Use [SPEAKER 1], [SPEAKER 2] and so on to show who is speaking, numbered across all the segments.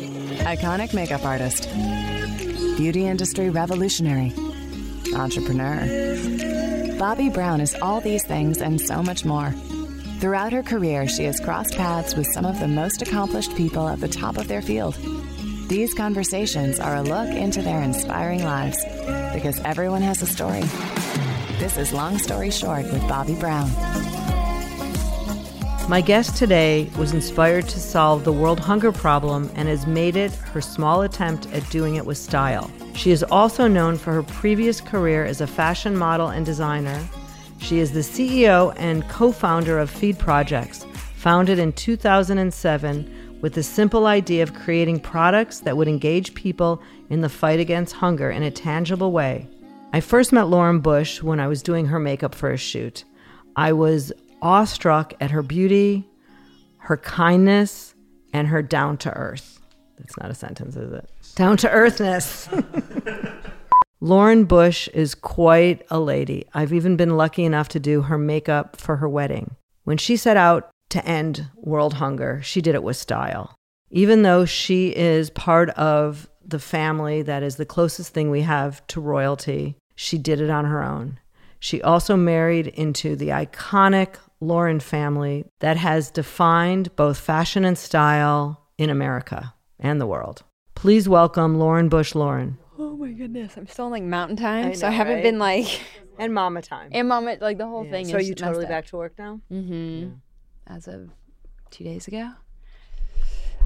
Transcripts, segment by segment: [SPEAKER 1] Iconic makeup artist. Beauty industry revolutionary. Entrepreneur. Bobby Brown is all these things and so much more. Throughout her career, she has crossed paths with some of the most accomplished people at the top of their field. These conversations are a look into their inspiring lives because everyone has a story. This is Long Story Short with Bobby Brown.
[SPEAKER 2] My guest today was inspired to solve the world hunger problem and has made it her small attempt at doing it with style. She is also known for her previous career as a fashion model and designer. She is the CEO and co founder of Feed Projects, founded in 2007 with the simple idea of creating products that would engage people in the fight against hunger in a tangible way. I first met Lauren Bush when I was doing her makeup for a shoot. I was awestruck at her beauty, her kindness, and her down to earth. That's not a sentence, is it? Down to earthness. Lauren Bush is quite a lady. I've even been lucky enough to do her makeup for her wedding. When she set out to end world hunger, she did it with style. Even though she is part of the family that is the closest thing we have to royalty, she did it on her own. She also married into the iconic Lauren family that has defined both fashion and style in America and the world. Please welcome Lauren Bush Lauren.
[SPEAKER 3] Oh my goodness, I'm still in like mountain time,
[SPEAKER 2] I
[SPEAKER 3] so I
[SPEAKER 2] know,
[SPEAKER 3] haven't
[SPEAKER 2] right?
[SPEAKER 3] been like
[SPEAKER 2] And Mama Time.
[SPEAKER 3] in mama like the whole thing.
[SPEAKER 2] so
[SPEAKER 3] is
[SPEAKER 2] you totally
[SPEAKER 3] messed
[SPEAKER 2] back to work now?
[SPEAKER 3] up. Mm-hmm. As of two days ago.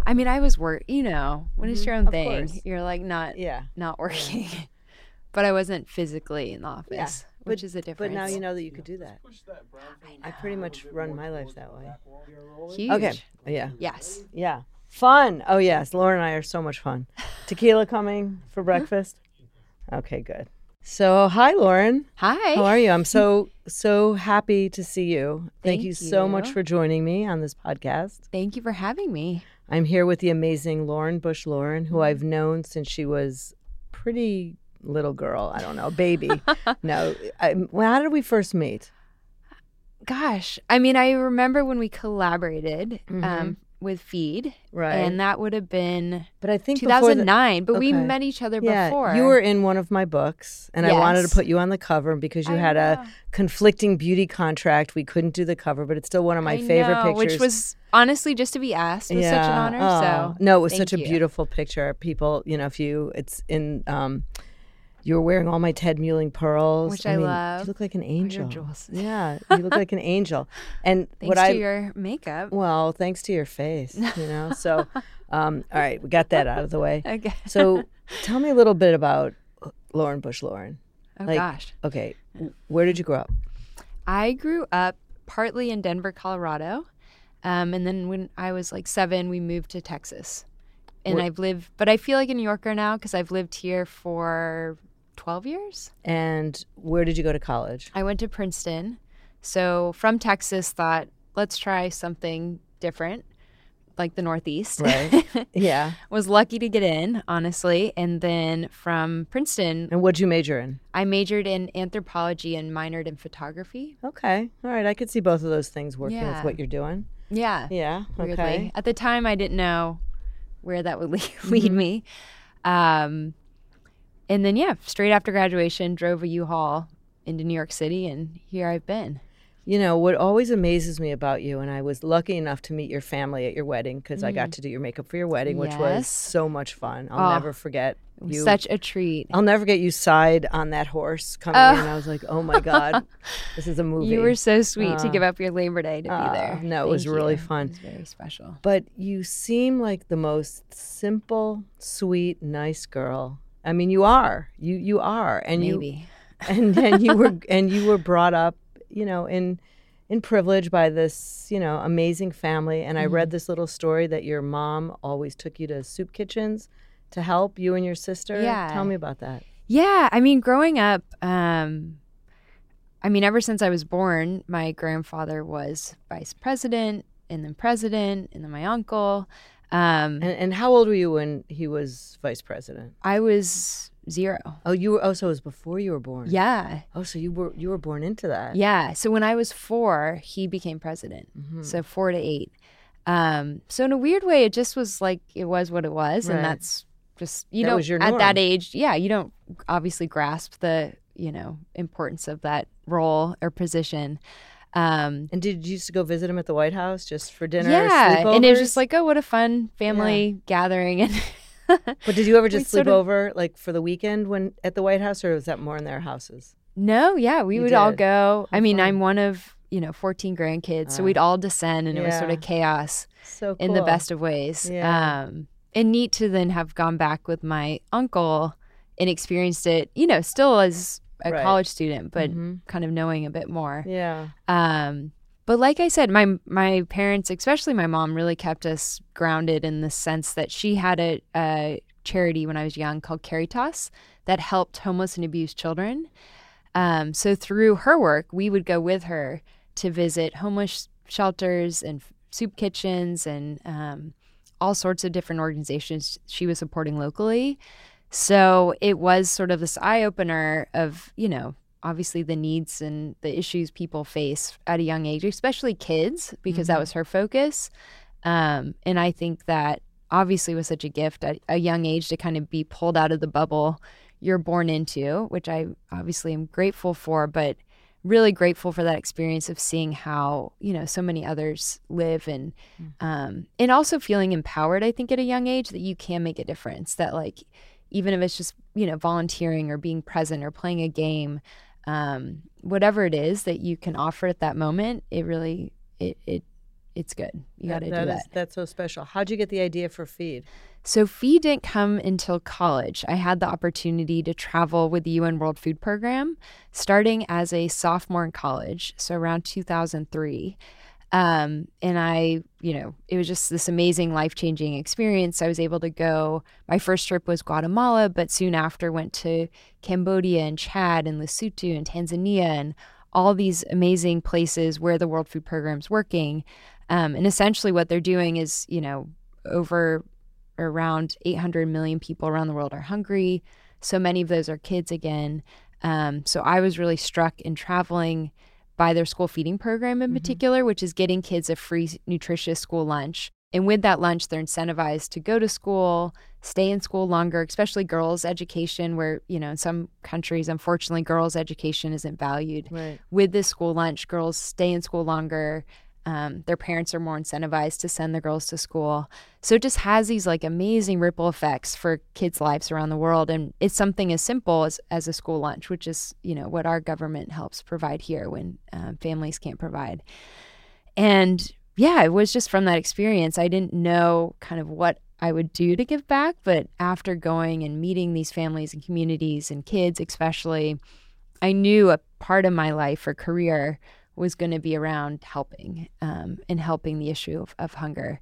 [SPEAKER 3] I mean, I was work. You know, when it's your own
[SPEAKER 2] Mm-hmm. Of
[SPEAKER 3] thing,
[SPEAKER 2] course.
[SPEAKER 3] you're like not
[SPEAKER 2] Yeah.
[SPEAKER 3] not working. but I wasn't physically in the office, which is a
[SPEAKER 2] But
[SPEAKER 3] difference.
[SPEAKER 2] now you know that you could do that. I pretty much run my life that way.
[SPEAKER 3] Huge.
[SPEAKER 2] Okay. Yeah.
[SPEAKER 3] Yes.
[SPEAKER 2] Yeah. Fun. Oh yes, Lauren and I are so much fun. Tequila coming for breakfast. Okay, good. So hi Lauren.
[SPEAKER 3] Hi.
[SPEAKER 2] How are you? I'm so so happy to see you. Thank,
[SPEAKER 3] Thank
[SPEAKER 2] you so much
[SPEAKER 3] you.
[SPEAKER 2] for joining me on this podcast.
[SPEAKER 3] Thank you for having me.
[SPEAKER 2] I'm here with the amazing Lauren Bush Lauren, who I've known since she was pretty little girl. I don't know, baby. no, I, well, how did we first meet?
[SPEAKER 3] Gosh, I mean, I remember when we collaborated um, with Feed,
[SPEAKER 2] Mm-hmm. Right.
[SPEAKER 3] and that would have been
[SPEAKER 2] but I think before the-
[SPEAKER 3] 2009, but we
[SPEAKER 2] okay.
[SPEAKER 3] met each other
[SPEAKER 2] yeah,
[SPEAKER 3] before.
[SPEAKER 2] you were in one of my books, and I wanted to
[SPEAKER 3] Yes.
[SPEAKER 2] put you on the cover because you
[SPEAKER 3] I
[SPEAKER 2] had
[SPEAKER 3] know.
[SPEAKER 2] a conflicting beauty contract. We couldn't do the cover, but it's still one of my
[SPEAKER 3] I
[SPEAKER 2] favorite
[SPEAKER 3] know,
[SPEAKER 2] pictures.
[SPEAKER 3] Which was honestly just to be asked was such an honor.
[SPEAKER 2] Oh.
[SPEAKER 3] So
[SPEAKER 2] no, it was
[SPEAKER 3] thank
[SPEAKER 2] such a
[SPEAKER 3] you.
[SPEAKER 2] beautiful picture. People, you know, if you, it's in. um You're wearing all my Ted Mueling pearls,
[SPEAKER 3] Which I love.
[SPEAKER 2] You look like an angel.
[SPEAKER 3] jewels.
[SPEAKER 2] Yeah, you look like an angel. And
[SPEAKER 3] Thanks
[SPEAKER 2] what
[SPEAKER 3] to
[SPEAKER 2] I
[SPEAKER 3] your makeup.
[SPEAKER 2] well, thanks to your face, you know. So, um, all right, we got that out of the way.
[SPEAKER 3] Okay.
[SPEAKER 2] So, tell me a little bit about Lauren Bush Lauren.
[SPEAKER 3] Oh
[SPEAKER 2] like-
[SPEAKER 3] gosh,
[SPEAKER 2] Okay, w- where did you grow up?
[SPEAKER 3] I grew up partly in Denver, Colorado, um, and then when I was like seven, we moved to Texas, and
[SPEAKER 2] Where-
[SPEAKER 3] I've lived. But I feel like a New Yorker now because I've lived here for twelve years.
[SPEAKER 2] And where did you go to college?
[SPEAKER 3] I went to Princeton. So from Texas, thought let's try something different, like the Northeast.
[SPEAKER 2] Right. Yeah.
[SPEAKER 3] was lucky to get in, honestly. And then from Princeton,
[SPEAKER 2] And what'd you major in?
[SPEAKER 3] I majored in anthropology and minored in photography.
[SPEAKER 2] Okay. All right. I could see both of those things working
[SPEAKER 3] Yeah.
[SPEAKER 2] with what you're doing.
[SPEAKER 3] Yeah.
[SPEAKER 2] Yeah. Okay.
[SPEAKER 3] Weirdly. At the time, I didn't know where that would lead, lead
[SPEAKER 2] Mm-hmm.
[SPEAKER 3] me. Um, and then, yeah, straight after graduation, drove a U Haul into New York City, and here I've been.
[SPEAKER 2] You know, what always amazes me about you, and I was lucky enough to meet your family at your wedding because I got to do your makeup for your wedding, which was
[SPEAKER 3] Yes.
[SPEAKER 2] so much fun. I'll
[SPEAKER 3] Oh,
[SPEAKER 2] never forget
[SPEAKER 3] It was
[SPEAKER 2] you.
[SPEAKER 3] Such a treat.
[SPEAKER 2] I'll never get you side on that horse coming in. I was like, oh my God, this is a movie.
[SPEAKER 3] You were so sweet to give up your Labor Day to
[SPEAKER 2] uh,
[SPEAKER 3] be there.
[SPEAKER 2] no, it was
[SPEAKER 3] Thank
[SPEAKER 2] really
[SPEAKER 3] you.
[SPEAKER 2] fun.
[SPEAKER 3] It was very special.
[SPEAKER 2] but you seem like the most simple, sweet, nice girl. I mean, you are. You you are, and
[SPEAKER 3] Maybe.
[SPEAKER 2] you and and you were and you were brought up, you know, in in privilege by this, you know, amazing family. And
[SPEAKER 3] Mm-hmm.
[SPEAKER 2] I read this little story that your mom always took you to soup kitchens to help you and your sister.
[SPEAKER 3] Yeah. Mm-hmm.
[SPEAKER 2] Tell me about that.
[SPEAKER 3] Yeah, I mean, growing up, um, I mean, ever since I was born, my grandfather was vice president, and then president, and then my uncle. Um,
[SPEAKER 2] And and how old were you when he was vice president?
[SPEAKER 3] I was zero.
[SPEAKER 2] Oh, you were. Oh, so it was before you were born.
[SPEAKER 3] Yeah,
[SPEAKER 2] Oh, so you were you were born into that. Mm-hmm. Hmm.
[SPEAKER 3] yeah. So when I was four, he became president. So four to eight. Um, so in a weird way, it just was like it was what it was,
[SPEAKER 2] Right.
[SPEAKER 3] and that's just you
[SPEAKER 2] That
[SPEAKER 3] know
[SPEAKER 2] was your
[SPEAKER 3] at that
[SPEAKER 2] norm.
[SPEAKER 3] age, yeah, you don't obviously grasp the you know importance of that role or position. Um,
[SPEAKER 2] And did you used to go visit him at the White House just for dinner? or
[SPEAKER 3] yeah, and it was just
[SPEAKER 2] sleepovers?
[SPEAKER 3] like oh, what a fun family gathering, and
[SPEAKER 2] But did you ever just
[SPEAKER 3] we
[SPEAKER 2] sleep
[SPEAKER 3] sort of-
[SPEAKER 2] over like for the weekend when at the White House, or was that more in their houses?
[SPEAKER 3] No, yeah, we
[SPEAKER 2] You
[SPEAKER 3] would all
[SPEAKER 2] did.
[SPEAKER 3] go. I
[SPEAKER 2] How
[SPEAKER 3] mean,
[SPEAKER 2] fun.
[SPEAKER 3] I'm one of, you know, 14 grandkids, so
[SPEAKER 2] Wow.
[SPEAKER 3] we'd all descend and it was sort
[SPEAKER 2] Yeah.
[SPEAKER 3] of chaos
[SPEAKER 2] So
[SPEAKER 3] in the
[SPEAKER 2] cool.
[SPEAKER 3] best of ways.
[SPEAKER 2] Yeah.
[SPEAKER 3] Um, and neat to then have gone back with my uncle and experienced it, you know, still as a
[SPEAKER 2] Right.
[SPEAKER 3] college student, but
[SPEAKER 2] Mhm.
[SPEAKER 3] kind of knowing a bit more.
[SPEAKER 2] Yeah.
[SPEAKER 3] Um, but like I said, my my parents, especially my mom, really kept us grounded in the sense that she had a, a charity when I was young called Caritas that helped homeless and abused children. Um, so through her work, we would go with her to visit homeless shelters and soup kitchens and um, all sorts of different organizations she was supporting locally. So it was sort of this eye opener of, you know, obviously the needs and the issues people face at a young age, especially kids, because that was her focus. Um, and I think that obviously was such a gift at a young age to kind of be pulled out of the bubble you're born into, which I obviously am grateful for, but really grateful for that experience of seeing how you know so many others live and um, and also feeling empowered i think at a young age that you can make a difference that like even if it's just you know volunteering or being present or playing a game um, whatever it is that you can offer at that moment it really it, it it's good you got to do that
[SPEAKER 2] is- that's so special. How'd you get the idea for feed?
[SPEAKER 3] so Fee didn't come until college. I had the opportunity to travel with the UN World Food Program starting as a sophomore in college, so around 2003. Um, and I, you know, it was just this amazing life changing experience. I was able to go, my first trip was Guatemala, but soon after went to Cambodia and Chad and Lesotho and Tanzania and all these amazing places where the World Food Program's working. Um, and essentially, what they're doing is, you know, over around 800 million people around the world are hungry. So many of those are kids again. Um, so I was really struck in traveling by their school feeding program in particular, which is getting kids a free, nutritious school lunch. And with that lunch, they're incentivized to go to school, stay in school longer, especially girls' education, where, you know, in some countries, unfortunately, girls' education isn't valued
[SPEAKER 2] Right.
[SPEAKER 3] with this school lunch, girls stay in school longer. Um, their parents are more incentivized to send the girls to school. So it just has these like amazing ripple effects for kids' lives around the world. And it's something as simple as, as a school lunch, which is, you know, what our government helps provide here when um, families can't provide. And yeah, it was just from that experience. I didn't know kind of what I would do to give back, but after going and meeting these families and communities and kids, especially, I knew a part of my life or career was going to be around helping um, and helping the issue of, of hunger.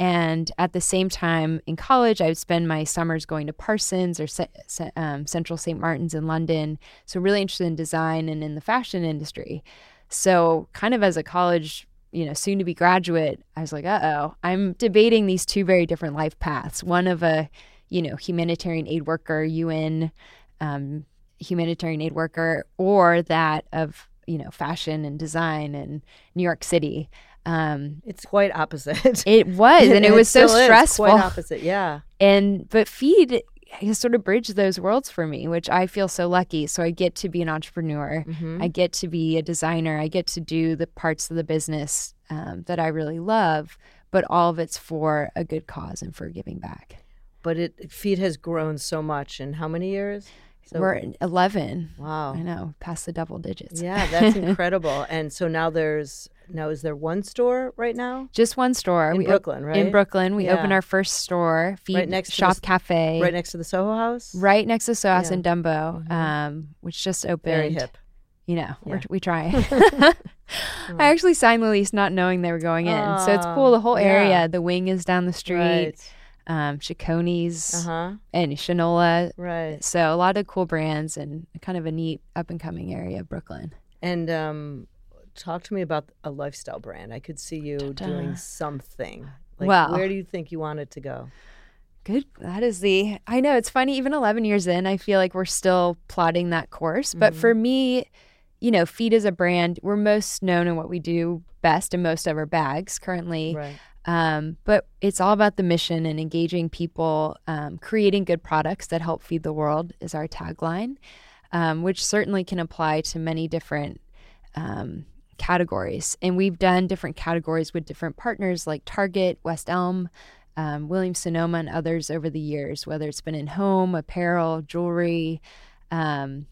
[SPEAKER 3] And at the same time in college, I would spend my summers going to Parsons or Ce- Ce- um, Central St. Martin's in London. So, really interested in design and in the fashion industry. So, kind of as a college, you know, soon to be graduate, I was like, uh oh, I'm debating these two very different life paths. One of a, you know, humanitarian aid worker, UN um, humanitarian aid worker or that of you know fashion and design in New York City. Um,
[SPEAKER 2] It's quite opposite.
[SPEAKER 3] it was, and, it, was so
[SPEAKER 2] still is
[SPEAKER 3] stressful.
[SPEAKER 2] Quite opposite. Yeah.
[SPEAKER 3] And but feed has sort of bridged those worlds for me, which I feel so lucky. So I get to be an entrepreneur.
[SPEAKER 2] Mhm.
[SPEAKER 3] I get to be a designer. I get to do the parts of the business um, that I really love, but all of it's for a good cause and for giving back.
[SPEAKER 2] But it feed has grown so much in how many years? So,
[SPEAKER 3] We're at eleven.
[SPEAKER 2] wow.
[SPEAKER 3] I know, past the double digits.
[SPEAKER 2] Yeah, that's incredible. And so now there's now is there one store right now?
[SPEAKER 3] Just one store.
[SPEAKER 2] In
[SPEAKER 3] we op-
[SPEAKER 2] Brooklyn, right?
[SPEAKER 3] In Brooklyn. We
[SPEAKER 2] Yeah.
[SPEAKER 3] opened our first store, Feed
[SPEAKER 2] Right next to
[SPEAKER 3] Shop
[SPEAKER 2] the-
[SPEAKER 3] Cafe.
[SPEAKER 2] Right next to the Soho House?
[SPEAKER 3] right next to Soas
[SPEAKER 2] Yeah. Mm-hmm.
[SPEAKER 3] and Dumbo, um, which just opened.
[SPEAKER 2] Very hip.
[SPEAKER 3] You know, we're
[SPEAKER 2] Yeah. Mm.
[SPEAKER 3] we try. I actually signed the lease not knowing they were going in. so it's cool. The whole
[SPEAKER 2] Ah,
[SPEAKER 3] area,
[SPEAKER 2] yeah.
[SPEAKER 3] the wing is down the street,
[SPEAKER 2] Right.
[SPEAKER 3] um, Chaconis
[SPEAKER 2] Uh-huh.
[SPEAKER 3] and Shinola.
[SPEAKER 2] Right.
[SPEAKER 3] So a lot of cool brands and kind of a neat up and coming area of Brooklyn.
[SPEAKER 2] And um, talk to me about a lifestyle brand. I could see you doing something. Like,
[SPEAKER 3] Well-
[SPEAKER 2] where do you think you want it to go?
[SPEAKER 3] Good. That is the. I know it's funny. Even eleven years in, I feel like we're still plotting that course. But for me, you know, Feed is a brand. We're most known in what we do best, and most of our bags currently.
[SPEAKER 2] Right.
[SPEAKER 3] Um, but it's all about the mission and engaging people, um, creating good products that help feed the world is our tagline, um, which certainly can apply to many different um, categories. And we've done different categories with different partners like Target, West Elm, um, Williams Sonoma, and others over the years, whether it's been in home, apparel, jewelry. Um,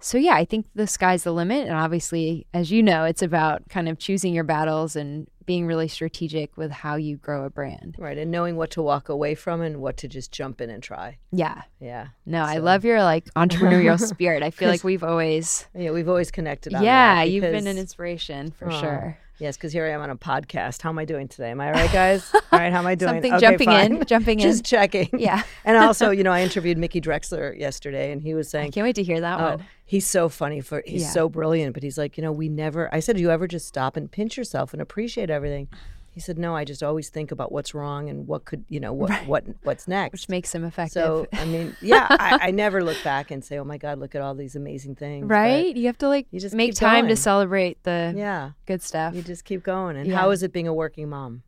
[SPEAKER 3] so, yeah, I think the sky's the limit. And obviously, as you know, it's about kind of choosing your battles and being really strategic with how you grow a brand.
[SPEAKER 2] Right. And knowing what to walk away from and what to just jump in and try.
[SPEAKER 3] Yeah.
[SPEAKER 2] Yeah.
[SPEAKER 3] No, I
[SPEAKER 2] So-
[SPEAKER 3] love your like entrepreneurial spirit. I feel like we've always,
[SPEAKER 2] Yeah, we've always connected on
[SPEAKER 3] yeah,
[SPEAKER 2] that
[SPEAKER 3] you've been
[SPEAKER 2] because-
[SPEAKER 3] an inspiration for
[SPEAKER 2] Aw.
[SPEAKER 3] sure.
[SPEAKER 2] Yes, because here I am on a podcast. How am I doing today? Am I all right, guys? all right, how am I doing?
[SPEAKER 3] Something
[SPEAKER 2] Okay,
[SPEAKER 3] jumping in,
[SPEAKER 2] fine.
[SPEAKER 3] jumping
[SPEAKER 2] Just
[SPEAKER 3] in.
[SPEAKER 2] checking.
[SPEAKER 3] Yeah.
[SPEAKER 2] and also, you know, I interviewed Mickey Drexler yesterday, and he was
[SPEAKER 3] I
[SPEAKER 2] saying,
[SPEAKER 3] can't wait to hear that
[SPEAKER 2] "Oh,
[SPEAKER 3] one.
[SPEAKER 2] he's so funny for he's
[SPEAKER 3] Yeah.
[SPEAKER 2] so brilliant." But he's like, you know, we never. I said, "Do you ever just stop and pinch yourself and appreciate everything?" He said, "No, I just always think about what's wrong and what could, you know, what what what's next."
[SPEAKER 3] Which makes him effective.
[SPEAKER 2] so I mean, yeah, I, I never look back and say, "Oh my God, look at all these amazing things." but
[SPEAKER 3] right? You have to like
[SPEAKER 2] You just
[SPEAKER 3] make
[SPEAKER 2] keep
[SPEAKER 3] time to
[SPEAKER 2] going.
[SPEAKER 3] celebrate the
[SPEAKER 2] yeah,
[SPEAKER 3] good stuff.
[SPEAKER 2] you just keep going. And
[SPEAKER 3] Yeah.
[SPEAKER 2] how is it being a working mom?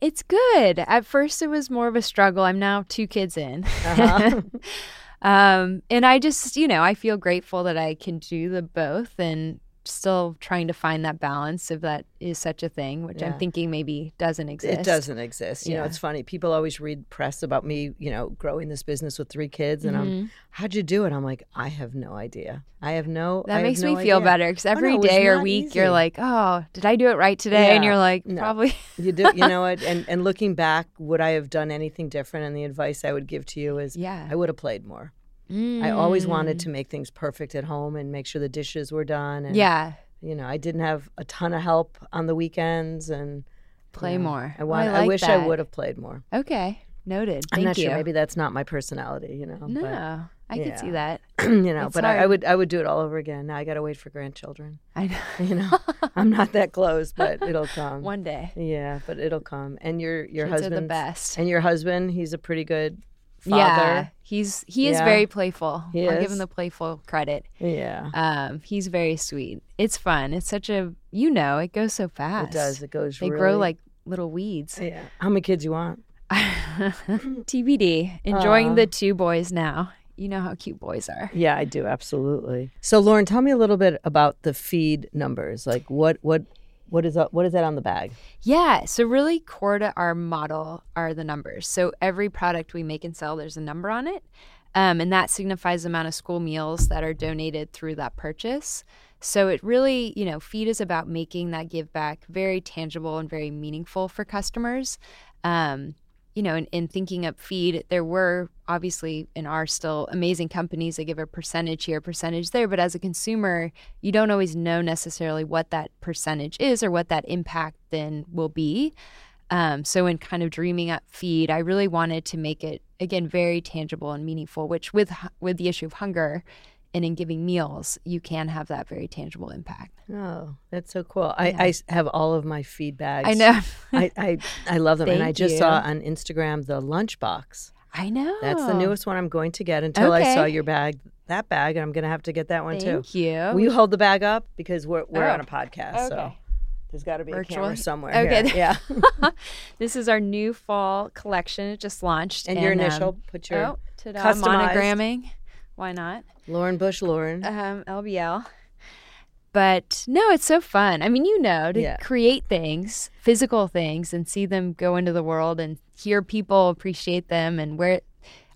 [SPEAKER 3] It's good. At first, it was more of a struggle. I'm now two kids in.
[SPEAKER 2] Uh-huh.
[SPEAKER 3] um, and I just, you know, I feel grateful that I can do the both and still trying to find that balance if that is such a thing, which
[SPEAKER 2] Yeah.
[SPEAKER 3] I'm thinking maybe doesn't exist.
[SPEAKER 2] It doesn't exist. You know,
[SPEAKER 3] Yeah.
[SPEAKER 2] it's funny. People always read press about me, you know, growing this business with three kids, and
[SPEAKER 3] Mm-hmm.
[SPEAKER 2] I'm, how'd you do it? I'm like, I have no idea. I have no. I
[SPEAKER 3] That
[SPEAKER 2] have
[SPEAKER 3] makes me
[SPEAKER 2] no
[SPEAKER 3] feel
[SPEAKER 2] idea."
[SPEAKER 3] better because
[SPEAKER 2] Oh, no,
[SPEAKER 3] every
[SPEAKER 2] it was
[SPEAKER 3] day or
[SPEAKER 2] not
[SPEAKER 3] week
[SPEAKER 2] easy.
[SPEAKER 3] you're like, oh, did I do it right today? And
[SPEAKER 2] Yeah.
[SPEAKER 3] you're like,
[SPEAKER 2] No.
[SPEAKER 3] probably.
[SPEAKER 2] you do, you know what? And and looking back, would I have done anything different? And the advice I would give to you is,
[SPEAKER 3] Yeah.
[SPEAKER 2] I would have played more. I always wanted
[SPEAKER 3] Mm.
[SPEAKER 2] to make things perfect at home and make sure the dishes were done. And,
[SPEAKER 3] Yeah.
[SPEAKER 2] you know, I didn't have a ton of help on the weekends, and
[SPEAKER 3] Play
[SPEAKER 2] you know,
[SPEAKER 3] more.
[SPEAKER 2] I
[SPEAKER 3] Oh,
[SPEAKER 2] want.
[SPEAKER 3] I
[SPEAKER 2] I
[SPEAKER 3] like
[SPEAKER 2] wish I
[SPEAKER 3] that.
[SPEAKER 2] would have played more.
[SPEAKER 3] Okay. Noted.
[SPEAKER 2] I'm
[SPEAKER 3] Thank
[SPEAKER 2] not
[SPEAKER 3] you.
[SPEAKER 2] sure. Maybe that's not my personality. You know. but-
[SPEAKER 3] no, I could see
[SPEAKER 2] yeah.
[SPEAKER 3] that.
[SPEAKER 2] you know,
[SPEAKER 3] It's
[SPEAKER 2] but I, I
[SPEAKER 3] hard.
[SPEAKER 2] would I would do it all over again. Now I gotta wait for grandchildren.
[SPEAKER 3] I know.
[SPEAKER 2] You know, I'm not that close, but it'll come.
[SPEAKER 3] One day.
[SPEAKER 2] yeah, but it'll come. And your your
[SPEAKER 3] Kids are the
[SPEAKER 2] husband,
[SPEAKER 3] best.
[SPEAKER 2] And your husband, he's a pretty good
[SPEAKER 3] Yeah,
[SPEAKER 2] father.
[SPEAKER 3] he's he is
[SPEAKER 2] Yeah.
[SPEAKER 3] very playful.
[SPEAKER 2] He
[SPEAKER 3] I'll give
[SPEAKER 2] is.
[SPEAKER 3] him the playful credit.
[SPEAKER 2] Yeah, yeah.
[SPEAKER 3] Um, he's very sweet. It's fun. It's such a you know it goes so fast.
[SPEAKER 2] It does. It goes.
[SPEAKER 3] They
[SPEAKER 2] really,
[SPEAKER 3] grow like little weeds.
[SPEAKER 2] Yeah. How many kids you want?
[SPEAKER 3] TBD. Enjoying the two boys now. You know how cute boys are.
[SPEAKER 2] Yeah, I do absolutely. So, Lauren, tell me a little bit about the feed numbers. Like, what what what is that, what is that on the bag?
[SPEAKER 3] Yeah. So really core to our model are the numbers. So every product we make and sell, there's a number on it. Um, and that signifies the amount of school meals that are donated through that purchase. So it really, you know, feed is about making that give back very tangible and very meaningful for customers. Um, you know, in, in thinking up feed, there were obviously and are still amazing companies that give a percentage here, percentage there. But as a consumer, you don't always know necessarily what that percentage is or what that impact then will be. Um, so, in kind of dreaming up feed, I really wanted to make it again very tangible and meaningful. Which, with hu- with the issue of hunger, and in giving meals, you can have that very tangible impact.
[SPEAKER 2] Oh, that's so cool. I, I s- have all of my feed bags.
[SPEAKER 3] I know,
[SPEAKER 2] I, I, I love them. and I
[SPEAKER 3] Thank
[SPEAKER 2] just
[SPEAKER 3] you.
[SPEAKER 2] saw on Instagram the lunchbox.
[SPEAKER 3] I know.
[SPEAKER 2] That's the newest one I'm going to get until I saw
[SPEAKER 3] Oh. Okay.
[SPEAKER 2] your bag, that bag, and I'm going to have to get that one too.
[SPEAKER 3] Thank you.
[SPEAKER 2] Will you hold the bag up? Because we're, we're
[SPEAKER 3] Oh.
[SPEAKER 2] on a podcast. So
[SPEAKER 3] Okay.
[SPEAKER 2] there's got to be a
[SPEAKER 3] Virtually?
[SPEAKER 2] camera somewhere.
[SPEAKER 3] Okay.
[SPEAKER 2] here. Yeah.
[SPEAKER 3] this is our new fall collection. It just launched.
[SPEAKER 2] And your
[SPEAKER 3] um,
[SPEAKER 2] initial, put your
[SPEAKER 3] oh, ta-da,
[SPEAKER 2] customized-
[SPEAKER 3] monogramming. Why not?
[SPEAKER 2] Lauren Bush, Lauren.
[SPEAKER 3] um, LBL. But no, it's so fun. I mean, you know, to
[SPEAKER 2] Yeah.
[SPEAKER 3] create things, physical things, and see them go into the world and hear people appreciate them. And where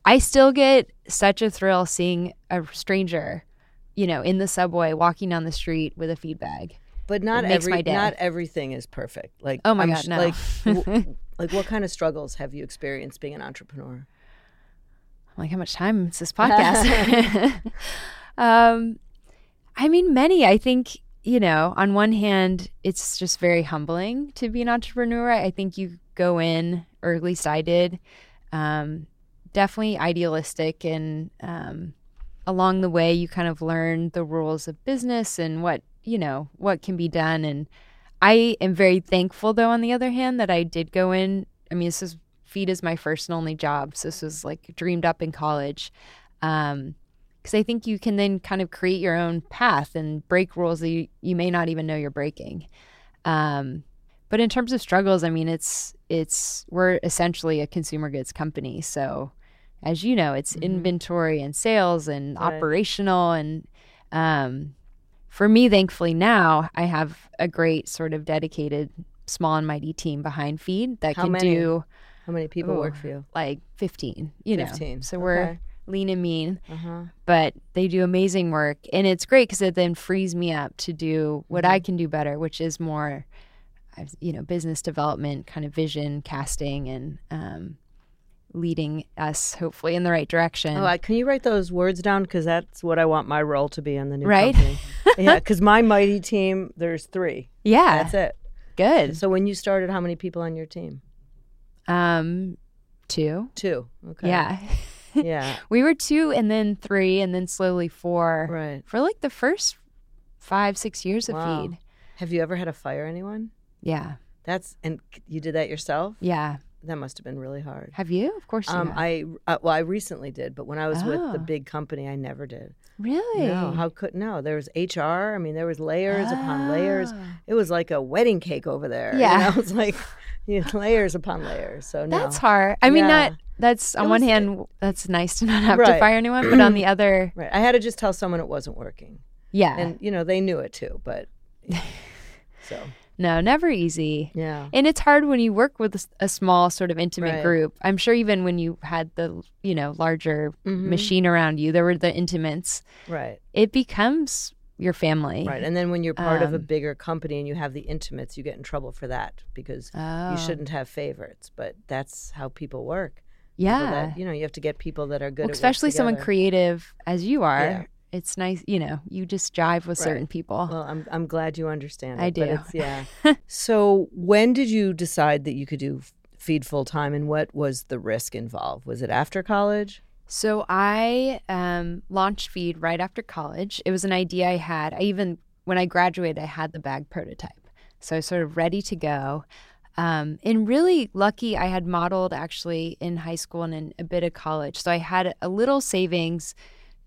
[SPEAKER 3] I still get such a thrill seeing a stranger, you know, in the subway walking down the street with a feed bag.
[SPEAKER 2] but not
[SPEAKER 3] it makes
[SPEAKER 2] every
[SPEAKER 3] my day.
[SPEAKER 2] not everything is perfect. Like
[SPEAKER 3] Oh my
[SPEAKER 2] I'm
[SPEAKER 3] God,
[SPEAKER 2] sh-
[SPEAKER 3] no.
[SPEAKER 2] Like w- like what kind of struggles have you experienced being an entrepreneur?
[SPEAKER 3] I'm like, how much time is this podcast? um, I mean, many. I think, you know, on one hand, it's just very humbling to be an entrepreneur. I I think you go in, or at least I did, um, definitely idealistic. And um, along the way, you kind of learn the rules of business and what, you know, what can be done. And I am very thankful, though, on the other hand, that I did go in. I mean, this is feed is my first and only job. So this was like dreamed up in college. Um, because I think you can then kind of create your own path and break rules that you, you may not even know you're breaking. Um, But in terms of struggles, I mean, it's it's we're essentially a consumer goods company, so as you know, it's inventory and sales and
[SPEAKER 2] Right.
[SPEAKER 3] operational and um, for me, thankfully now I have a great sort of dedicated small and mighty team behind feed that
[SPEAKER 2] How
[SPEAKER 3] can
[SPEAKER 2] many?
[SPEAKER 3] do
[SPEAKER 2] How many people work
[SPEAKER 3] Ooh.
[SPEAKER 2] for you?
[SPEAKER 3] like 15, you know.
[SPEAKER 2] 15,
[SPEAKER 3] So we're
[SPEAKER 2] okay.
[SPEAKER 3] lean and mean,
[SPEAKER 2] Uh huh.
[SPEAKER 3] but they do amazing work. And it's great because it then frees me up to do what
[SPEAKER 2] Mm-hmm.
[SPEAKER 3] I can do better, which is more, I've- you know, business development, kind of vision casting and um, leading us hopefully in the right direction.
[SPEAKER 2] Oh, I, can you write those words down? Because that's what I want my role to be in the new
[SPEAKER 3] Right?
[SPEAKER 2] company. yeah, because my mighty team, there's three.
[SPEAKER 3] yeah.
[SPEAKER 2] That's it.
[SPEAKER 3] Good.
[SPEAKER 2] So when you started, how many people on your team?
[SPEAKER 3] Um, two.
[SPEAKER 2] Two. Okay.
[SPEAKER 3] Yeah.
[SPEAKER 2] Yeah.
[SPEAKER 3] We were two and then three and then slowly four
[SPEAKER 2] Right.
[SPEAKER 3] for like the first five, six years of
[SPEAKER 2] Wow.
[SPEAKER 3] feed.
[SPEAKER 2] Have you ever had to fire anyone?
[SPEAKER 3] Yeah.
[SPEAKER 2] That's and c- you did that yourself.
[SPEAKER 3] Yeah.
[SPEAKER 2] That must have been really hard.
[SPEAKER 3] Have you? Of course you
[SPEAKER 2] Um,
[SPEAKER 3] have.
[SPEAKER 2] I uh, well, I recently did, but when I was with
[SPEAKER 3] Oh.
[SPEAKER 2] the big company, I never did.
[SPEAKER 3] Really?
[SPEAKER 2] No, how could no? There was HR. I mean, there was layers upon layers.
[SPEAKER 3] Oh.
[SPEAKER 2] It was like a wedding cake over there.
[SPEAKER 3] Yeah.
[SPEAKER 2] you know? it was like you know, layers upon layers. So no,
[SPEAKER 3] That's hard. I mean,
[SPEAKER 2] Yeah.
[SPEAKER 3] not that's on one
[SPEAKER 2] was- uh,
[SPEAKER 3] hand, w- that's nice to not have to
[SPEAKER 2] Right.
[SPEAKER 3] fire anyone, but on the other,
[SPEAKER 2] right. I had to just tell someone it wasn't working,
[SPEAKER 3] yeah,
[SPEAKER 2] and you know they knew it too. But so
[SPEAKER 3] no, never easy.
[SPEAKER 2] yeah,
[SPEAKER 3] And it's hard when you work with a s- a small, sort of intimate
[SPEAKER 2] Right.
[SPEAKER 3] group. I'm sure even when you had the, you know, larger
[SPEAKER 2] Mhm.
[SPEAKER 3] machine around you, there were the intimates.
[SPEAKER 2] right.
[SPEAKER 3] It becomes your family.
[SPEAKER 2] Right. And then when you're part of a
[SPEAKER 3] eh, Um,
[SPEAKER 2] bigger company and you have the intimates, you get in trouble for that because
[SPEAKER 3] Oh,
[SPEAKER 2] you shouldn't have favorites. But that's how people work. So
[SPEAKER 3] Yeah.
[SPEAKER 2] that, you know, you have to get people that are good
[SPEAKER 3] Well,
[SPEAKER 2] at work
[SPEAKER 3] especially someone
[SPEAKER 2] together.
[SPEAKER 3] creative as you are.
[SPEAKER 2] Yeah.
[SPEAKER 3] It's nice, you know, you just jive with
[SPEAKER 2] Right.
[SPEAKER 3] certain people.
[SPEAKER 2] Well, I'm, I'm glad you understand.
[SPEAKER 3] I
[SPEAKER 2] it, but
[SPEAKER 3] do.
[SPEAKER 2] it's- yeah. so when did you decide that you could do f- feed full time and what was the risk involved? Was it after college?
[SPEAKER 3] So I um, launched Feed right after college. It was an idea I had. I even when I graduated, I had the bag prototype, so I was sort of ready to go. Um, and really lucky, I had modeled actually in high school and in a bit of college, so I had a little savings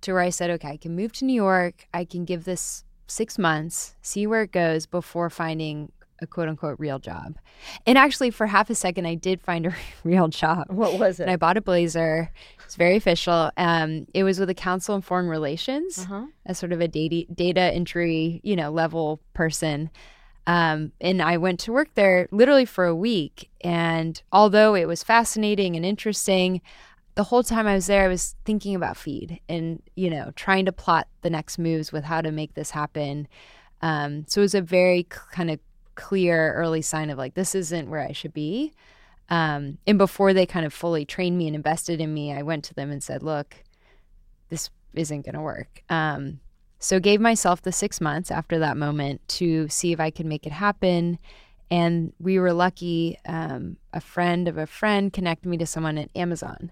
[SPEAKER 3] to where I said, okay, I can move to New York. I can give this six months, see where it goes before finding a quote unquote real job. And actually, for half a second, I did find a real job
[SPEAKER 2] What was it?
[SPEAKER 3] and I bought a blazer. It's very official. Um, it was with the Council on Foreign Relations,
[SPEAKER 2] Uh-huh.
[SPEAKER 3] as sort of a data, data entry, you know, level person. Um, and I went to work there literally for a week. And although it was fascinating and interesting, the whole time I was there, I was thinking about feed and, you know, trying to plot the next moves with how to make this happen. Um, so it was a very c- kind of clear early sign of like, this isn't where I should be. Um, and before they kind of fully trained me and invested in me, I went to them and said, look, this isn't going to work. Um, so gave myself the six months after that moment to see if I could make it happen. And we were lucky. Um, a friend of a friend connected me to someone at Amazon,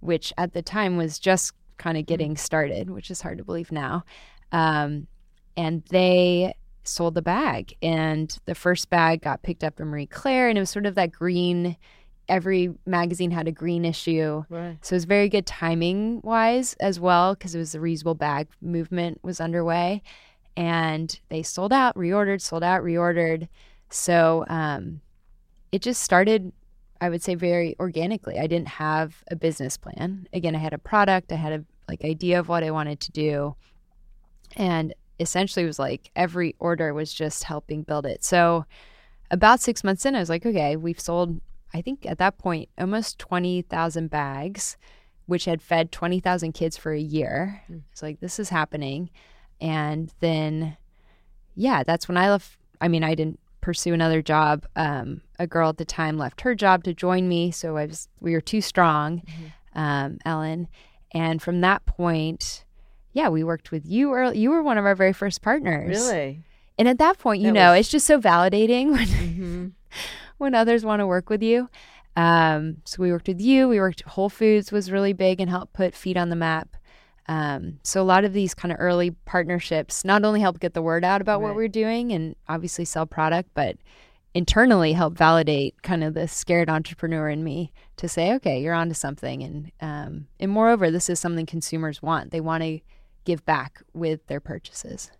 [SPEAKER 3] which at the time was just kind of getting started, which is hard to believe now. Um, and they sold the bag, and the first bag got picked up by Marie Claire, and it was sort of that green. Every magazine had a green issue.
[SPEAKER 2] Right.
[SPEAKER 3] So it was very good timing wise as well because it was the reusable bag movement was underway, and they sold out, reordered, sold out, reordered. So um, it just started, I would say, very organically. I didn't have a business plan. Again, I had a product, I had a like idea of what I wanted to do, and essentially it was like every order was just helping build it. So about six months in, I was like, okay, we've sold. I think at that point, almost 20,000 bags which had fed 20,000 kids for a year.
[SPEAKER 2] Hmm.
[SPEAKER 3] It's like, this is happening. And then, yeah, that's when I left. I mean, I didn't pursue another job. Um, a girl at the time left her job to join me. So I was, we were too strong,
[SPEAKER 2] Mm-hmm.
[SPEAKER 3] um, Ellen. And from that point, yeah, we worked with you. Earl you were one of our very first partners.
[SPEAKER 2] Really?
[SPEAKER 3] And at that point, you
[SPEAKER 2] That
[SPEAKER 3] know,
[SPEAKER 2] was-
[SPEAKER 3] it's just so validating when
[SPEAKER 2] Mm-hmm.
[SPEAKER 3] when others want to work with you. Um, so we worked with you. We worked Whole Foods was really big and helped put feet on the map. Um, so a lot of these kind of early partnerships not only help get the word out about what
[SPEAKER 2] Right.
[SPEAKER 3] we're doing and obviously sell product, but internally help validate kind of the scared entrepreneur in me to say, okay, you're onto something. And um, and moreover, this is something consumers want. They want to give back with their purchases.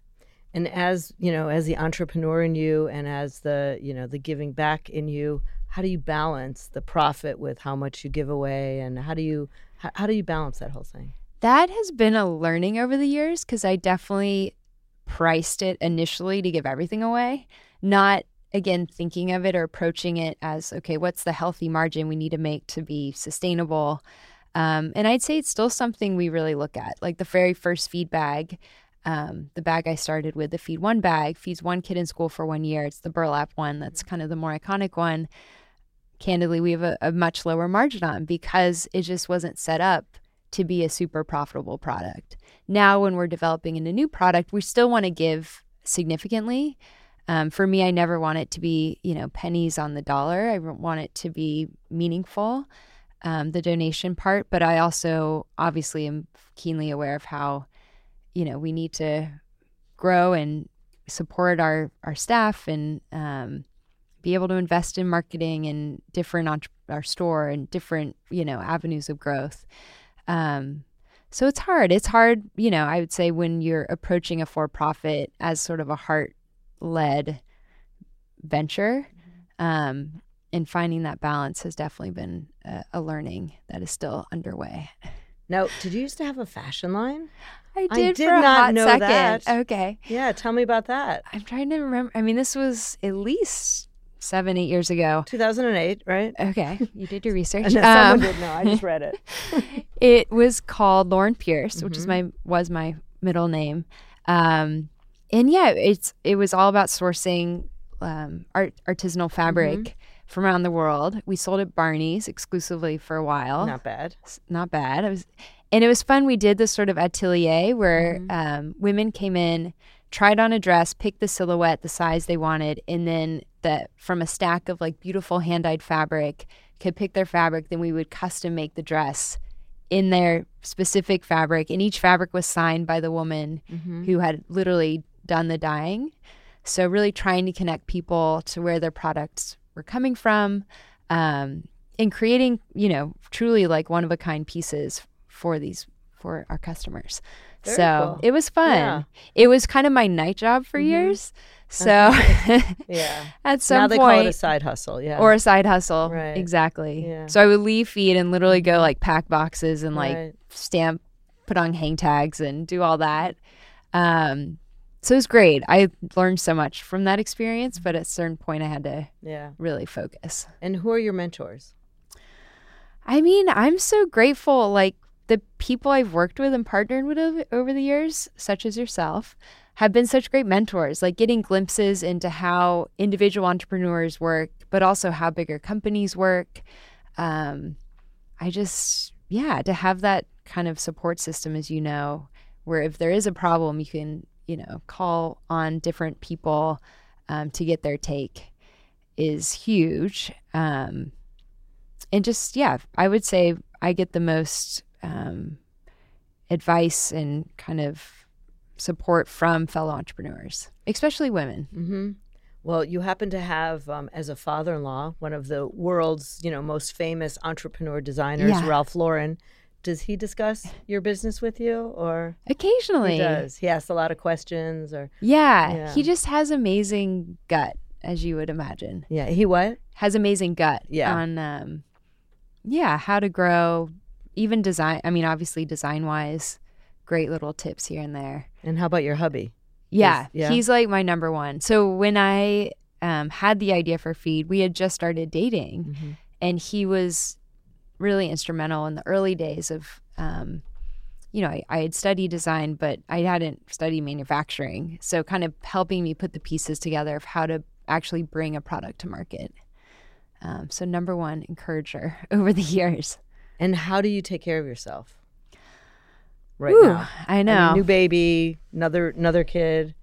[SPEAKER 2] And as, you know, as the entrepreneur in you and as the, you know, the giving back in you, how do you balance the profit with how much you give away and how do you how, how do you balance that whole thing?
[SPEAKER 3] That has been a learning over the years because I definitely priced it initially to give everything away, not again thinking of it or approaching it as okay, what's the healthy margin we need to make to be sustainable? Um, and I'd say it's still something we really look at. Like the very first feed bag, um, the bag I started with, the Feed One bag, feeds one kid in school for one year. It's the burlap one that's kind of the more iconic one. Candidly, we have a, a much lower margin on because it just wasn't set up to be a super profitable product. Now, when we're developing in a new product, we still want to give significantly. Um, for me, I never want it to be, you know, pennies on the dollar. I want it to be meaningful, um, the donation part. But I also obviously am keenly aware of how, you know, we need to grow and support our our staff and um, be able to invest in marketing and different entre- our store and different you know avenues of growth. Um, so it's hard. It's hard, you know, I would say when you're approaching a for profit as sort of a heart led venture.
[SPEAKER 2] Mm-hmm.
[SPEAKER 3] Um, and finding that balance has definitely been a, a learning that is still underway.
[SPEAKER 2] Now, did you used to have a fashion line?
[SPEAKER 3] I
[SPEAKER 2] I
[SPEAKER 3] did,
[SPEAKER 2] did
[SPEAKER 3] for a
[SPEAKER 2] not
[SPEAKER 3] hot
[SPEAKER 2] know
[SPEAKER 3] second.
[SPEAKER 2] that.
[SPEAKER 3] Okay.
[SPEAKER 2] Yeah, tell me about that.
[SPEAKER 3] I'm trying to remember. I mean, this was at least seven, eight years ago.
[SPEAKER 2] 2008, right?
[SPEAKER 3] Okay. You did your research.
[SPEAKER 2] And someone
[SPEAKER 3] Um,
[SPEAKER 2] did know. I just read it.
[SPEAKER 3] It was called Lauren Pierce, which is my was my middle name, um, and yeah, it's it was all about sourcing um, art, artisanal fabric from around the world. We sold at Barney's exclusively for a while.
[SPEAKER 2] Not bad.
[SPEAKER 3] It's not bad. I was, and it was fun. We did this sort of atelier where um, women came in, tried on a dress, picked the silhouette, the size they wanted, and then the from a stack of like beautiful hand dyed fabric could pick their fabric. Then we would custom make the dress in their specific fabric, and each fabric was signed by the woman
[SPEAKER 2] Mm-hmm.
[SPEAKER 3] who had literally done the dyeing. So really trying to connect people to where their products were coming from, um, and creating you know truly like one of a kind pieces for these for our customers.
[SPEAKER 2] Very
[SPEAKER 3] so
[SPEAKER 2] cool.
[SPEAKER 3] it was fun.
[SPEAKER 2] Yeah.
[SPEAKER 3] It was kind of my night job for years. So
[SPEAKER 2] Yeah.
[SPEAKER 3] at some
[SPEAKER 2] Uh-huh. now they
[SPEAKER 3] point,
[SPEAKER 2] call it a side hustle. Yeah.
[SPEAKER 3] or a side hustle.
[SPEAKER 2] Right.
[SPEAKER 3] Exactly.
[SPEAKER 2] Yeah. Mm-hmm.
[SPEAKER 3] So I would leave feed and literally go like pack boxes and like
[SPEAKER 2] Right.
[SPEAKER 3] stamp, put on hang tags and do all that. Um, so it was great. I learned so much from that experience, but at a certain point, I had to
[SPEAKER 2] yeah.
[SPEAKER 3] really focus.
[SPEAKER 2] And who are your mentors?
[SPEAKER 3] I mean, I'm so grateful. Like the people I've worked with and partnered with ov- over the years, such as yourself, have been such great mentors. Like getting glimpses into how individual entrepreneurs work, but also how bigger companies work. Um, I just, yeah, to have that kind of support system, as you know, where if there is a problem, you can, you know, call on different people um, to get their take is huge. Um, and just yeah i would say i get the most um, advice and kind of support from fellow entrepreneurs especially women
[SPEAKER 2] Mm-hmm. Well, you happen to have, um, as a father-in-law, one of the world's you know most famous entrepreneur designers,
[SPEAKER 3] Yeah.
[SPEAKER 2] Ralph Lauren. Does he discuss your business with you, or
[SPEAKER 3] occasionally
[SPEAKER 2] he does? He asks a lot of questions, or
[SPEAKER 3] Yeah,
[SPEAKER 2] Yeah.
[SPEAKER 3] he just has amazing gut as you would imagine
[SPEAKER 2] yeah, he what?
[SPEAKER 3] has amazing gut
[SPEAKER 2] Yeah.
[SPEAKER 3] on um yeah how to grow even design i mean obviously design wise great little tips here and there
[SPEAKER 2] And how about your hubby?
[SPEAKER 3] Yeah,
[SPEAKER 2] He's- yeah.
[SPEAKER 3] he's like my number one. So when I um, had the idea for Feed, we had just started dating,
[SPEAKER 2] Mm-hmm.
[SPEAKER 3] and he was really instrumental in the early days of, um, you know, I, I had studied design, but I hadn't studied manufacturing. So kind of helping me put the pieces together of how to actually bring a product to market. Um, so number one encourager over the years.
[SPEAKER 2] And how do you take care of yourself right
[SPEAKER 3] Whew,
[SPEAKER 2] now?
[SPEAKER 3] I
[SPEAKER 2] I mean,
[SPEAKER 3] know.
[SPEAKER 2] new baby, another another kid.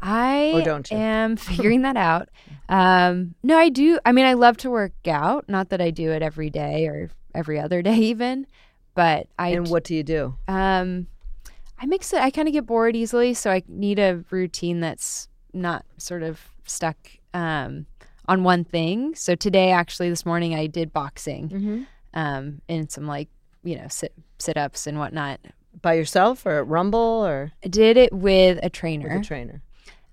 [SPEAKER 3] I
[SPEAKER 2] Or Oh, don't you?
[SPEAKER 3] am figuring that out. Um, no, I do. I mean, I love to work out. Not that I do it every day or every other day, even. But I
[SPEAKER 2] and what do you do?
[SPEAKER 3] um, I mix it. I kind of get bored easily, so I need a routine that's not sort of stuck um, on one thing. So today, actually, this morning, Mm-hmm. I did boxing um, and some like you know sit sit ups and whatnot.
[SPEAKER 2] by yourself or at Rumble or
[SPEAKER 3] I did it with a trainer.
[SPEAKER 2] with a trainer?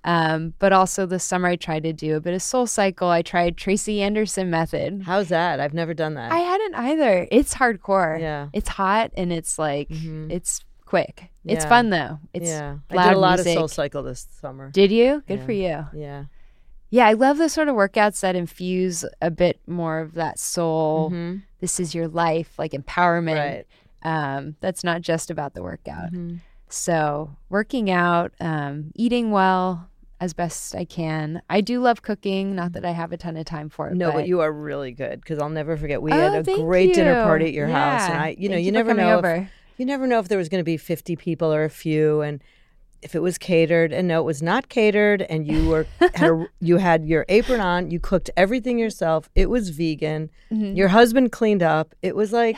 [SPEAKER 3] um, but also this summer I tried to do a bit of soul cycle. I tried Tracy Anderson method.
[SPEAKER 2] How's that? I've never done that.
[SPEAKER 3] I hadn't either. It's hardcore.
[SPEAKER 2] Yeah. Mm-hmm.
[SPEAKER 3] It's hot and it's like it's quick. It's
[SPEAKER 2] Yeah.
[SPEAKER 3] fun though. It's
[SPEAKER 2] yeah,
[SPEAKER 3] loud
[SPEAKER 2] I did a lot
[SPEAKER 3] music.
[SPEAKER 2] of Soul Cycle this summer.
[SPEAKER 3] Did you? Good
[SPEAKER 2] Yeah.
[SPEAKER 3] for you.
[SPEAKER 2] yeah,
[SPEAKER 3] Yeah, I love those sort of workouts that infuse a bit more of that soul.
[SPEAKER 2] Mhm.
[SPEAKER 3] This is your life, like empowerment.
[SPEAKER 2] right. Mm-hmm.
[SPEAKER 3] Um, that's not just about the workout. So, working out, um, eating well as best I can. I do love cooking. Not that I have a ton of time for it.
[SPEAKER 2] Mm-hmm. No, but
[SPEAKER 3] but
[SPEAKER 2] you are really good because I'll never forget. We
[SPEAKER 3] Oh,
[SPEAKER 2] had a
[SPEAKER 3] thank
[SPEAKER 2] great dinner
[SPEAKER 3] you.
[SPEAKER 2] party at your house, and
[SPEAKER 3] Yeah.
[SPEAKER 2] I, you know,
[SPEAKER 3] Thank
[SPEAKER 2] you,
[SPEAKER 3] you for
[SPEAKER 2] never
[SPEAKER 3] coming
[SPEAKER 2] know. If,
[SPEAKER 3] over.
[SPEAKER 2] you never know if there was going to be fifty people or a few, and if it was catered. And no, it was not catered. And you were had a, you had your apron on. You cooked everything yourself. It was vegan.
[SPEAKER 3] Mm-hmm.
[SPEAKER 2] Your husband cleaned up. It was like.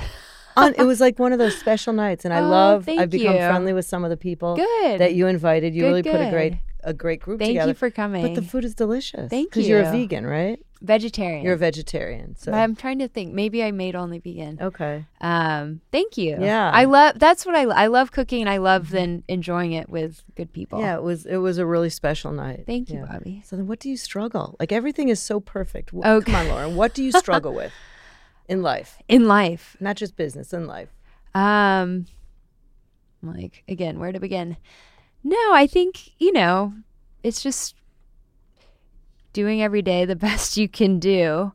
[SPEAKER 2] On, it was like one of those special nights, and I
[SPEAKER 3] Oh,
[SPEAKER 2] love.
[SPEAKER 3] thank
[SPEAKER 2] I've become
[SPEAKER 3] you.
[SPEAKER 2] friendly with some of the people
[SPEAKER 3] Good.
[SPEAKER 2] that you invited. You
[SPEAKER 3] Good,
[SPEAKER 2] really put a
[SPEAKER 3] good.
[SPEAKER 2] great a great group
[SPEAKER 3] Thank
[SPEAKER 2] together.
[SPEAKER 3] you for coming.
[SPEAKER 2] But the food is delicious.
[SPEAKER 3] Thank
[SPEAKER 2] Because you're a
[SPEAKER 3] you.
[SPEAKER 2] vegan, right?
[SPEAKER 3] Vegetarian.
[SPEAKER 2] You're a vegetarian. So
[SPEAKER 3] I'm trying to think. Maybe I made only vegan.
[SPEAKER 2] okay.
[SPEAKER 3] Um, thank you.
[SPEAKER 2] Yeah. Mm-hmm.
[SPEAKER 3] I love. That's what I. I love cooking, and I love then enjoying it with good people.
[SPEAKER 2] Yeah, it was it was a really special night.
[SPEAKER 3] Thank you,
[SPEAKER 2] Yeah.
[SPEAKER 3] Bobby.
[SPEAKER 2] So then, what do you struggle? Like everything is so perfect. What,
[SPEAKER 3] Oh,
[SPEAKER 2] Come on, Lauren. What do you struggle with in life?
[SPEAKER 3] In life,
[SPEAKER 2] Not just business, in life.
[SPEAKER 3] Um, like again, where to begin? No, I think you know, it's just doing every day the best you can do.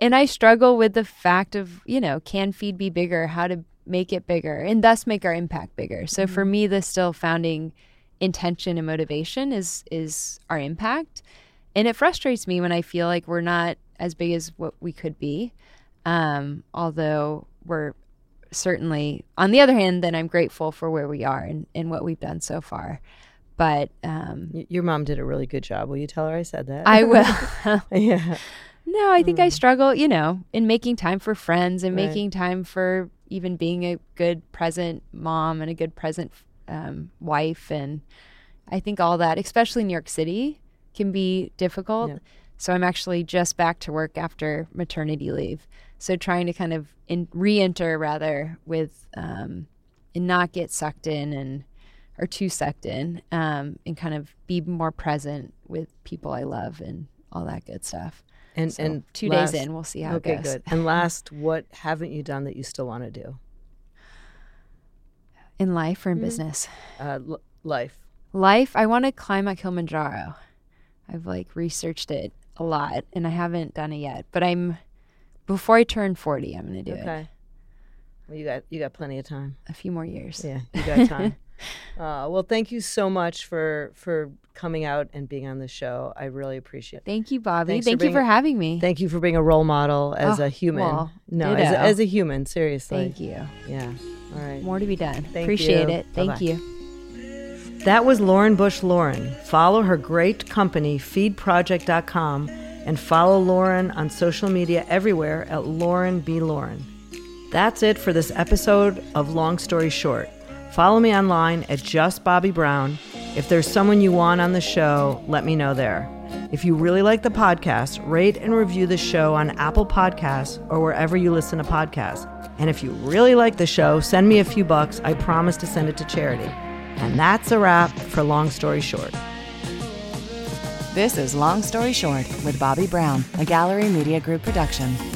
[SPEAKER 3] And I struggle with the fact of you know, can feed be bigger? How to make it bigger, and thus make our impact bigger. So for me, the still founding intention and motivation is is our impact, and it frustrates me when I feel like we're not as big as what we could be. Um, although we're certainly on the other hand then i'm grateful for where we are and, and what we've done so far but um,
[SPEAKER 2] Y- your mom did a really good job. Will you tell her I said that?
[SPEAKER 3] i will
[SPEAKER 2] yeah.
[SPEAKER 3] no i think i struggle you know in making time for friends and
[SPEAKER 2] Hmm. Right.
[SPEAKER 3] making time for even being a good present mom and a good present um, wife and i think all that especially new york city can be difficult
[SPEAKER 2] Yeah.
[SPEAKER 3] so i'm actually just back to work after maternity leave so trying to kind of in, re-enter rather with um, and not get sucked in and or too sucked in um, and kind of be more present with people i love and all that good stuff
[SPEAKER 2] And
[SPEAKER 3] So,
[SPEAKER 2] and
[SPEAKER 3] two
[SPEAKER 2] last-
[SPEAKER 3] days in we'll see how
[SPEAKER 2] Okay,
[SPEAKER 3] it goes
[SPEAKER 2] good. And last, what haven't you done that you still want to do?
[SPEAKER 3] in life or in business
[SPEAKER 2] Uh, l- life.
[SPEAKER 3] life i want to climb up kilimanjaro i've like researched it a lot and i haven't done it yet but i'm before i turn 40 i'm going to do it
[SPEAKER 2] Okay. Well, you got you got plenty of time.
[SPEAKER 3] a few more years
[SPEAKER 2] Yeah, you got time. uh, well, thank you so much for for coming out and being on the show. I really appreciate it.
[SPEAKER 3] thank you bobby
[SPEAKER 2] Thanks for
[SPEAKER 3] thank you
[SPEAKER 2] being-
[SPEAKER 3] for having me
[SPEAKER 2] Thank you for being a role model as
[SPEAKER 3] Oh,
[SPEAKER 2] a human.
[SPEAKER 3] well,
[SPEAKER 2] no, as a,
[SPEAKER 3] ditto.
[SPEAKER 2] as a human, seriously.
[SPEAKER 3] Thank you.
[SPEAKER 2] Yeah. All right.
[SPEAKER 3] More to be done.
[SPEAKER 2] Thank
[SPEAKER 3] Appreciate
[SPEAKER 2] you.
[SPEAKER 3] it. Thank
[SPEAKER 2] Bye-bye.
[SPEAKER 3] you.
[SPEAKER 2] That was Lauren Bush Lauren. Follow her great company, feedproject.com, and follow Lauren on social media everywhere at Lauren B. Lauren. That's it for this episode of Long Story Short. Follow me online at Just Bobby Brown. If there's someone you want on the show, let me know there. If you really like the podcast, rate and review the show on Apple Podcasts or wherever you listen to podcasts. And if you really like the show, send me a few bucks. I promise to send it to charity. And that's a wrap for Long Story Short.
[SPEAKER 1] This is Long Story Short with Bobby Brown, a Gallery Media Group production.